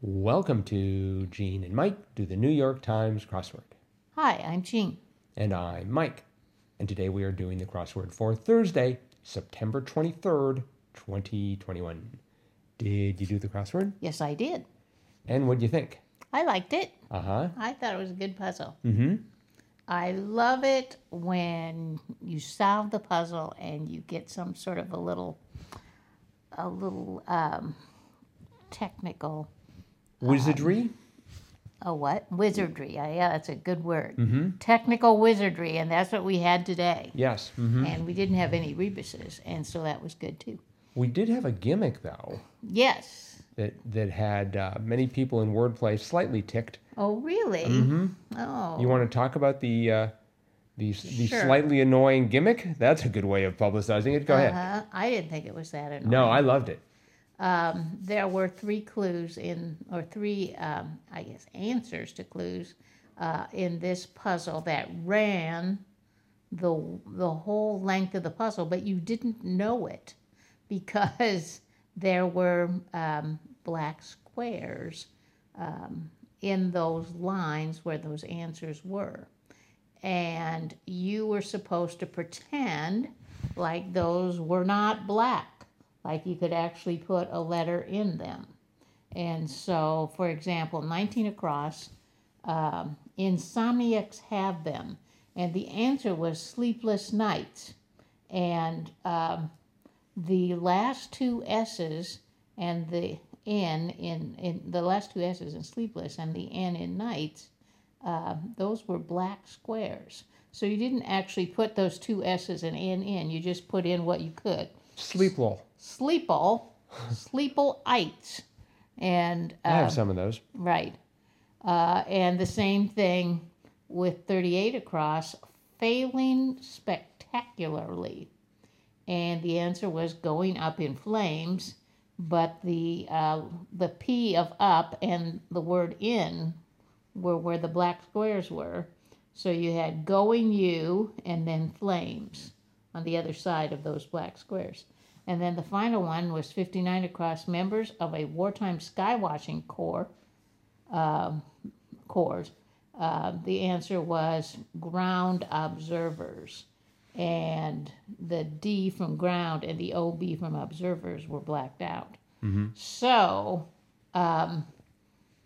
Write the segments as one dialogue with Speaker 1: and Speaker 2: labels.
Speaker 1: Welcome to Gene and Mike do the New York Times crossword.
Speaker 2: Hi, I'm Jean.
Speaker 1: And I'm Mike. And today we are doing the crossword for Thursday, September 23rd, 2021. Did you do the crossword?
Speaker 2: Yes, I did.
Speaker 1: And what'd you think?
Speaker 2: I liked it.
Speaker 1: Uh huh.
Speaker 2: I thought it was a good puzzle.
Speaker 1: Mm hmm.
Speaker 2: I love it when you solve the puzzle and you get some sort of a little, a little um, technical,
Speaker 1: Wizardry?
Speaker 2: a what? Wizardry. Uh, yeah, that's a good word.
Speaker 1: Mm-hmm.
Speaker 2: Technical wizardry, and that's what we had today.
Speaker 1: Yes. hmm
Speaker 2: And we didn't have any rebuses, and so that was good too.
Speaker 1: We did have a gimmick, though,
Speaker 2: Yes.
Speaker 1: that, that had uh, many people in Wordplay slightly ticked.
Speaker 2: Oh, really? Oh.
Speaker 1: Mm-hmm. You want to talk about the. Uh, the, the
Speaker 2: Sure.
Speaker 1: slightly annoying gimmick? That's a good way of publicizing it. Go ahead.
Speaker 2: Uh-huh. I didn't think it was that annoying.
Speaker 1: No, I loved it.
Speaker 2: um, there were three clues in, or three, um, I guess, answers to clues uh, in this puzzle that ran the the whole length of the puzzle, but you didn't know it because there were um, black squares um, in those lines where those answers were, and you were supposed to pretend like those were not black like you could actually put a letter in them. And so, for example, 19 across, um, insomniacs have them. And the answer was sleepless nights. And um, the last two S's and the N in, in the last two S's in sleepless and the N in nights, uh, those were black squares. So you didn't actually put those two S's and N in, you just put in what you could.
Speaker 1: Sleepwall.
Speaker 2: Sleeple, Sleeple-ites. And,
Speaker 1: I
Speaker 2: uh,
Speaker 1: have some of those.
Speaker 2: right. Uh, and the same thing with 38 across, failing spectacularly. And the answer was going up in flames, but the, uh, the P of up and the word in were where the black squares were. So you had going you and then flames on the other side of those black squares. And then the final one was 59 across members of a wartime skywatching corps. Um, corps. Uh, the answer was ground observers. And the D from ground and the OB from observers were blacked out. So, um,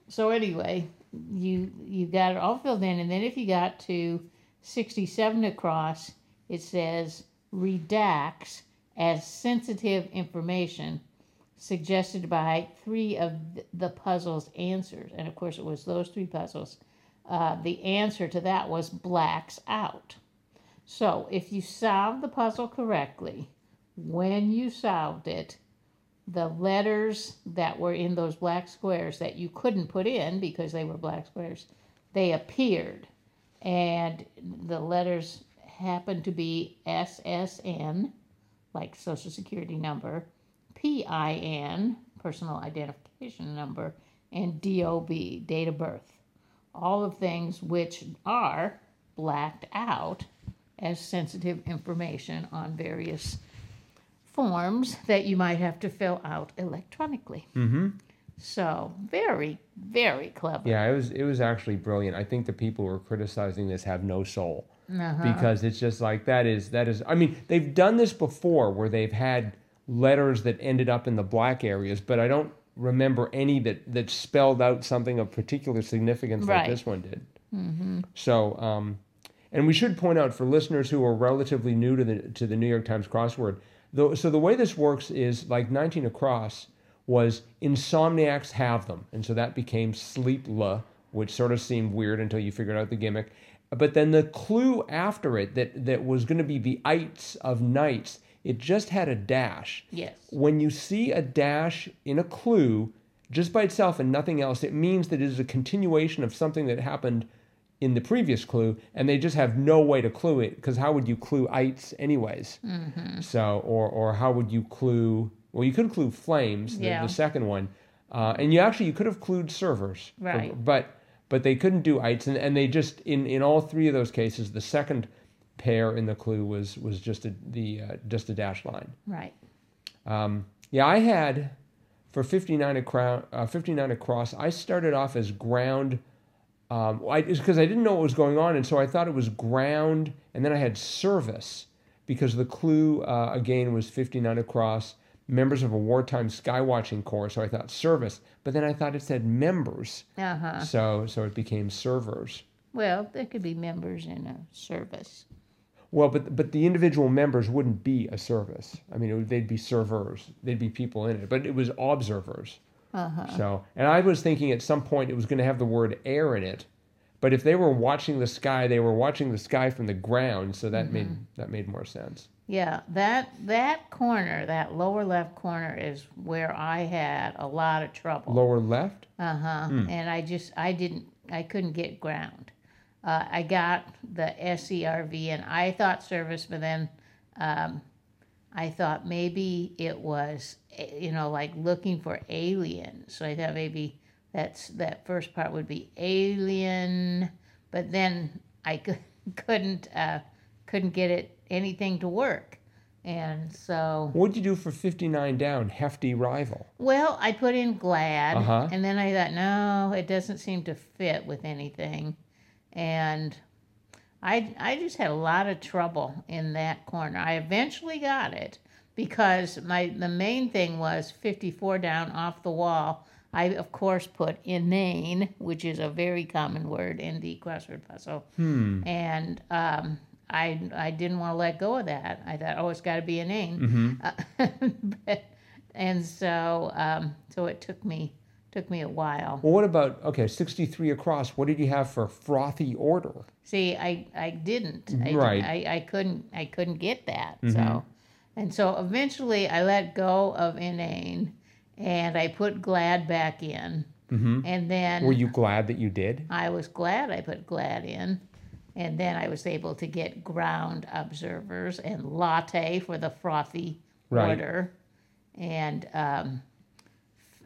Speaker 2: so anyway, you you got it all filled in, and then if you got to sixty-seven across, it says redacts as sensitive information suggested by three of th- the puzzle's answers, and of course it was those three puzzles. Uh, the answer to that was blacks out. So if you solved the puzzle correctly, when you solved it, the letters that were in those black squares that you couldn't put in because they were black squares, they appeared. And the letters happened to be SSN, like Social Security number, PIN, personal identification number, and DOB, date of birth. All of things which are blacked out as sensitive information on various forms that you might have to fill out electronically. Mm-hmm. So very, very clever.
Speaker 1: Yeah, it was it was actually brilliant. I think the people who are criticizing this have no soul
Speaker 2: Uh-huh.
Speaker 1: because it's just like that is that is. I mean, they've done this before where they've had letters that ended up in the black areas, but I don't remember any that that spelled out something of particular significance like
Speaker 2: Right.
Speaker 1: this one did. So, um, and we should point out for listeners who are relatively new to the to the New York Times crossword, though. So the way this works is like 19 across was insomniacs have them, and so that became sleep la, which sort of seemed weird until you figured out the gimmick. But then the clue after it that that was going to be the ites of nights, it just had a dash
Speaker 2: Yes.
Speaker 1: when you see a dash in a clue just by itself and nothing else, it means that it is a continuation of something that happened in the previous clue, and they just have no way to clue it because how would you clue ites anyways?
Speaker 2: Mm-hmm.
Speaker 1: So, or or how would you clue? Well, you could clue flames, the,
Speaker 2: Yeah.
Speaker 1: the second one, uh, and you actually you could have clued servers, for-
Speaker 2: Right.
Speaker 1: But but they couldn't do ites, and, and they just in in all three of those cases, the second pair in the clue was was just a the uh, just a dash line.
Speaker 2: Right.
Speaker 1: Um, yeah, I had for 59 across, uh, 59 across, I started off as ground. Um, I, it's because I didn't know what was going on, and so I thought it was ground, and then I had service because the clue uh, again was 59 across, members of a wartime skywatching corps. So I thought service, but then I thought it said members,
Speaker 2: Uh huh.
Speaker 1: so so it became servers.
Speaker 2: Well, there could be members in a service.
Speaker 1: Well, but but the individual members wouldn't be a service. I mean, it would, they'd be servers. They'd be people in it, but it was observers.
Speaker 2: Uh-huh.
Speaker 1: So, and I was thinking at some point it was going to have the word air in it, but if they were watching the sky, they were watching the sky from the ground, so that made that made more sense.
Speaker 2: Yeah, that that corner, that lower left corner, is where I had a lot of trouble.
Speaker 1: Lower left.
Speaker 2: Uh huh. And I just I didn't I couldn't get ground. Uh, I got the SERV and I thought service, but then um, I thought maybe it was eh, you know like looking for alien. So I thought maybe that's that first part would be alien, but then I cou- couldn't uh, couldn't get it anything to work, and so.
Speaker 1: What'd you do for fifty nine down? Hefty rival.
Speaker 2: Well, I put in glad,
Speaker 1: Uh-huh.
Speaker 2: and then I thought, no, it doesn't seem to fit with anything, and I I just had a lot of trouble in that corner. I eventually got it because my the main thing was fifty four down off the wall. I of course put inane, which is a very common word in the crossword puzzle,
Speaker 1: Hmm.
Speaker 2: and um, I I didn't want to let go of that. I thought, oh, it's got to be inane.
Speaker 1: Mm-hmm.
Speaker 2: Uh, but, and so um, so it took me took me a while.
Speaker 1: Well, what about okay, sixty three across? What did you have for frothy order?
Speaker 2: See, I I didn't. I,
Speaker 1: Right. Mm-hmm.
Speaker 2: I, I couldn't I couldn't get that. So and so eventually I let go of inane and I put glad back in.
Speaker 1: Mm-hmm.
Speaker 2: And then
Speaker 1: Were you glad that you did?
Speaker 2: I was glad I put glad in. And then I was able to get ground observers and latte for the frothy
Speaker 1: Right.
Speaker 2: order. And um,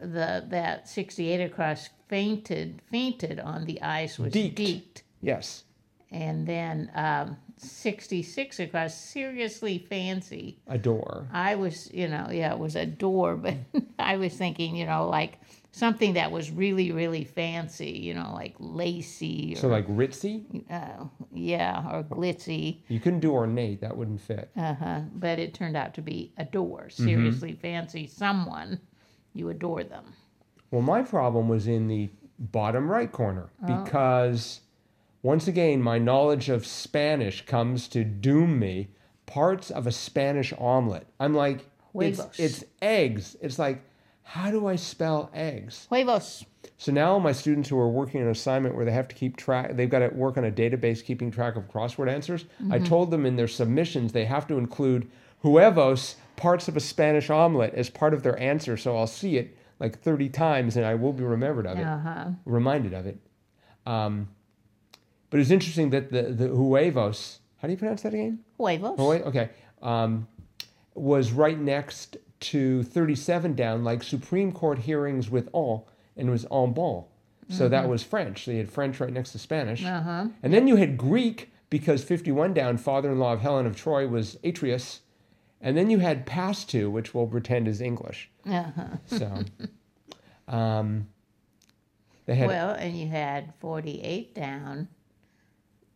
Speaker 2: the that 68 across fainted fainted on the ice was
Speaker 1: Deeked.
Speaker 2: deeked.
Speaker 1: Yes.
Speaker 2: And then um, 66 across seriously fancy.
Speaker 1: A door.
Speaker 2: I was, you know, yeah, it was a door, but I was thinking, you know, like something that was really, really fancy, you know, like lacy or,
Speaker 1: So like ritzy?
Speaker 2: uh, yeah, or glitzy.
Speaker 1: You couldn't do ornate, that wouldn't fit.
Speaker 2: Uh-huh. But it turned out to be a door.
Speaker 1: Mm-hmm.
Speaker 2: Seriously fancy someone. You adore them.
Speaker 1: Well, my problem was in the bottom right corner because once again, my knowledge of Spanish comes to doom me. Parts of a Spanish omelet. I'm like, it's,
Speaker 2: Huevos.
Speaker 1: it's eggs. It's like, how do I spell eggs?
Speaker 2: Huevos.
Speaker 1: So now my students who are working an assignment where they have to keep track, they've got to work on a database keeping track of crossword answers. I told them in their submissions they have to include huevos, parts of a Spanish omelet, as part of their answer. So I'll see it like 30 times and I will be remembered of it,
Speaker 2: Uh-huh.
Speaker 1: reminded of it. Um, but it's interesting that the, the huevos, how do you pronounce that again?
Speaker 2: Huevos.
Speaker 1: Oh, wait, okay. Um, was right next to 37 down, like Supreme Court hearings with en, and it was en bon. So that was French. They had French right next to Spanish.
Speaker 2: Mm-hmm. Uh-huh.
Speaker 1: And then you had Greek because 51 down, father in law of Helen of Troy was Atreus. And then you had past two, which we'll pretend is English.
Speaker 2: Uh-huh.
Speaker 1: So um, they had
Speaker 2: Well, and you had 48 down,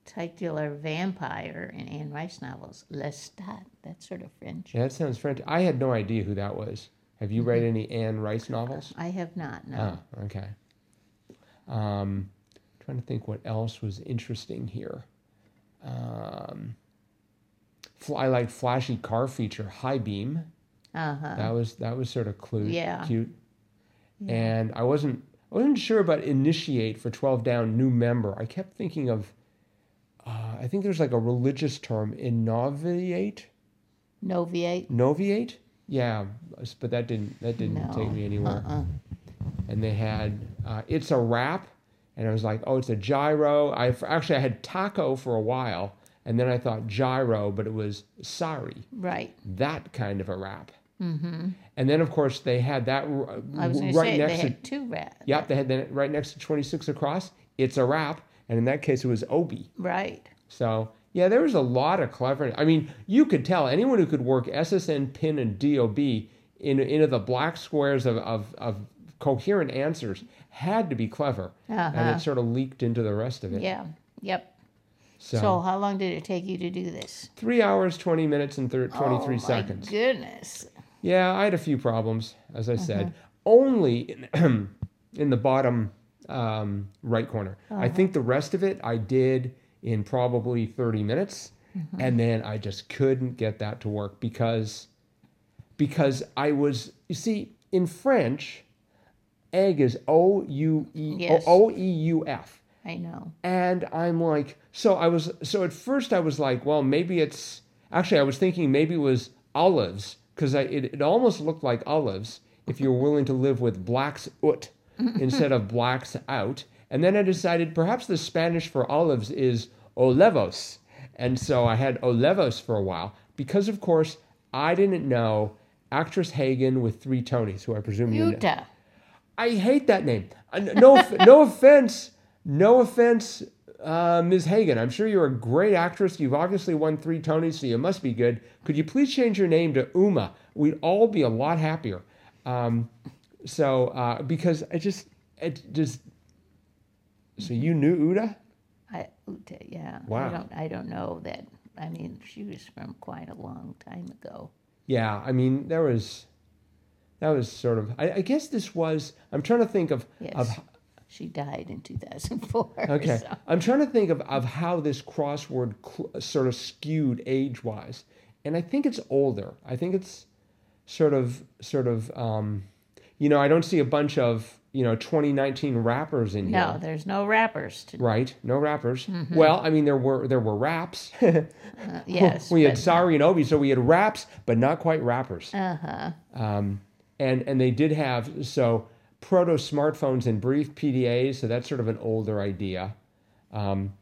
Speaker 2: titular vampire in Anne Rice novels. Lestat. That's sort of French.
Speaker 1: Yeah, that sounds French. I had no idea who that was. Have you read
Speaker 2: Mm-hmm.
Speaker 1: any Anne Rice novels?
Speaker 2: I have not, no.
Speaker 1: Oh, okay. Um, trying to think what else was interesting here. Um, fly like flashy car feature, high beam.
Speaker 2: Uh-huh.
Speaker 1: That was that was sort of clue,
Speaker 2: Yeah.
Speaker 1: cute. And I wasn't I wasn't sure about initiate for twelve down new member. I kept thinking of. Uh, I think there's like a religious term, innoviate,
Speaker 2: Noviate.
Speaker 1: noviate. Yeah, but that didn't that didn't
Speaker 2: No.
Speaker 1: take me anywhere
Speaker 2: Uh-uh.
Speaker 1: and they had uh, it's a wrap and i was like oh it's a gyro i actually i had taco for a while and then i thought gyro but it was sorry
Speaker 2: Right.
Speaker 1: that kind of a wrap and then of course they had that r-
Speaker 2: Mm-hmm. I was going to
Speaker 1: right
Speaker 2: say
Speaker 1: next
Speaker 2: they
Speaker 1: to
Speaker 2: had two rats.
Speaker 1: yep they had that right next to 26 across it's a wrap and in that case it was obi
Speaker 2: Right.
Speaker 1: so yeah, there was a lot of cleverness. I mean, you could tell anyone who could work SSN pin and DOB in, into the black squares of, of, of coherent answers had to be clever. And
Speaker 2: Uh-huh.
Speaker 1: it sort of leaked into the rest of it.
Speaker 2: Yeah. Yep.
Speaker 1: So,
Speaker 2: So, how long did it take you to do this?
Speaker 1: three hours, 20 minutes, and thir- 23
Speaker 2: Oh,
Speaker 1: seconds.
Speaker 2: My goodness.
Speaker 1: Yeah, I had a few problems, as I said. Only in, in the bottom um, right corner. I think the rest of it I did in probably 30 minutes, and then I just couldn't get that to work because because I was you see in French, egg is O U E
Speaker 2: Yes.
Speaker 1: O E U F.
Speaker 2: I know.
Speaker 1: And I'm like, so I was, so at first I was like, well, maybe it's, actually, I was thinking maybe it was olives, because it, it almost looked like olives if you were willing to live with blacks ut instead of blacks out. And then I decided perhaps the Spanish for olives is olevos. And so I had olevos for a while, because of course, I didn't know actress Hagen with three Tonys, who I presume you know.
Speaker 2: Utah.
Speaker 1: I hate that name. Uh, No, off- no offense, no offense, uh, Ms. Hagen. I'm sure you're a great actress. You've obviously won three Tonys, so you must be good. Could you please change your name to Uma? We'd all be a lot happier. Um, so, uh, because I just, it just. So you knew Uda?
Speaker 2: I, Utah, yeah.
Speaker 1: Wow.
Speaker 2: I don't, I don't know that. I mean, she was from quite a long time ago.
Speaker 1: Yeah, I mean there was, that was sort of. I, I guess this was. I'm trying to think of
Speaker 2: Yes.
Speaker 1: of
Speaker 2: she died in 2004.
Speaker 1: Okay.
Speaker 2: so-
Speaker 1: I'm trying to think of, of how this crossword cl- sort of skewed age wise. And I think it's older. I think it's sort of, sort of, um, you know, I don't see a bunch of, you know, 2019 rappers in here.
Speaker 2: No, Mm-hmm. there's no rappers to
Speaker 1: Right. No rappers. Well, I mean, there were, there were raps.
Speaker 2: uh, yes.
Speaker 1: we had
Speaker 2: but-
Speaker 1: Sari and Obi, so we had raps, but not quite rappers.
Speaker 2: uh-huh.
Speaker 1: Um, and and they did have so proto smartphones in brief PDAs, so that's sort of an older idea. Um,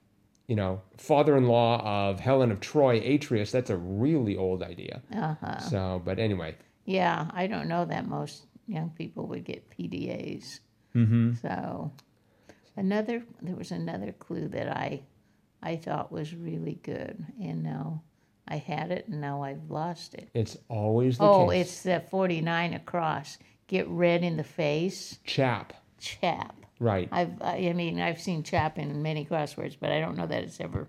Speaker 1: you know, father-in-law of Helen of Troy, Atreus. That's a really old idea.
Speaker 2: Uh-huh.
Speaker 1: So, but anyway,
Speaker 2: Yeah, I don't know that most young people would get PDAs.
Speaker 1: Mhm.
Speaker 2: So another there was another clue that I I thought was really good and now I had it and now I've lost it.
Speaker 1: it's always the
Speaker 2: Oh,
Speaker 1: case.
Speaker 2: it's the 49 across. Get red in the face.
Speaker 1: chap,
Speaker 2: Chap.
Speaker 1: right?
Speaker 2: I've I I mean I've seen chap in many crosswords, but I don't know that it's ever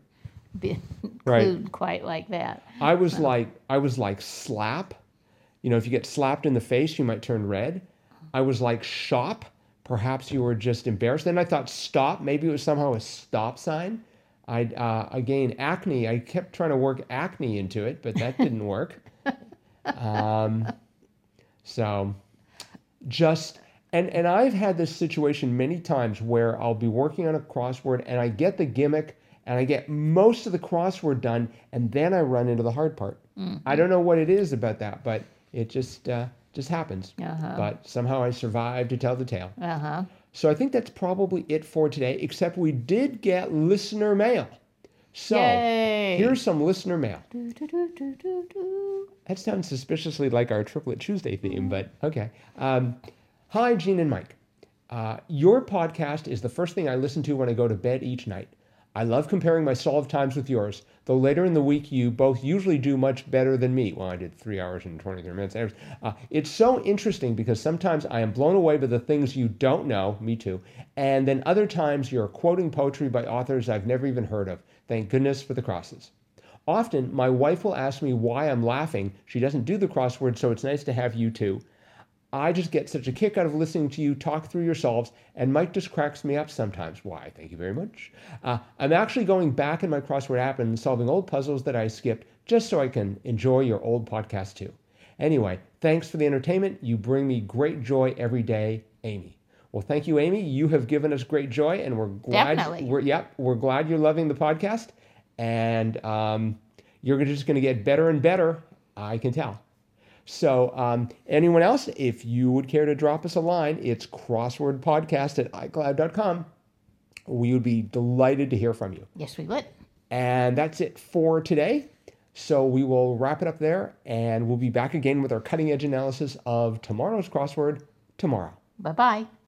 Speaker 2: been
Speaker 1: Right.
Speaker 2: clued quite like that.
Speaker 1: I was like, I was like slap. You know, if you get slapped in the face, you might turn red. I was like shop. Perhaps you were just embarrassed. Then I thought stop. Maybe it was somehow a stop sign. I uh, again acne. I kept trying to work acne into it, but that didn't work. um, so just and and I've had this situation many times where I'll be working on a crossword and I get the gimmick and I get most of the crossword done and then I run into the hard part.
Speaker 2: Mm-hmm.
Speaker 1: I don't know what it is about that, but it just uh, just happens.
Speaker 2: Uh-huh.
Speaker 1: But somehow I survived to tell the tale.
Speaker 2: Uh-huh.
Speaker 1: So I think that's probably it for today. Except we did get listener mail. So
Speaker 2: Yay.
Speaker 1: here's some listener mail.
Speaker 2: Do, do, do, do, do, do.
Speaker 1: That sounds suspiciously like our Triplet Tuesday theme, but okay. Um, hi, Gene and Mike. Uh, your podcast is the first thing I listen to when I go to bed each night. I love comparing my solve times with yours, though later in the week you both usually do much better than me. Well, I did three hours and 23 minutes. Uh, it's so interesting because sometimes I am blown away by the things you don't know, me too, and then other times you're quoting poetry by authors I've never even heard of. Thank goodness for the crosses. Often, my wife will ask me why I'm laughing. She doesn't do the crossword, so it's nice to have you too. I just get such a kick out of listening to you talk through your solves, and Mike just cracks me up sometimes. Why? Thank you very much. Uh, I'm actually going back in my crossword app and solving old puzzles that I skipped just so I can enjoy your old podcast too. Anyway, thanks for the entertainment. You bring me great joy every day, Amy. Well, thank you, Amy. You have given us great joy, and we're glad.
Speaker 2: Definitely.
Speaker 1: We're, yep, we're glad you're loving the podcast, and um, you're just going to get better and better. I can tell. So, um, anyone else, if you would care to drop us a line, it's crosswordpodcast at iCloud.com. We would be delighted to hear from you.
Speaker 2: Yes, we would.
Speaker 1: And that's it for today. So, we will wrap it up there and we'll be back again with our cutting edge analysis of tomorrow's crossword tomorrow.
Speaker 2: Bye-bye.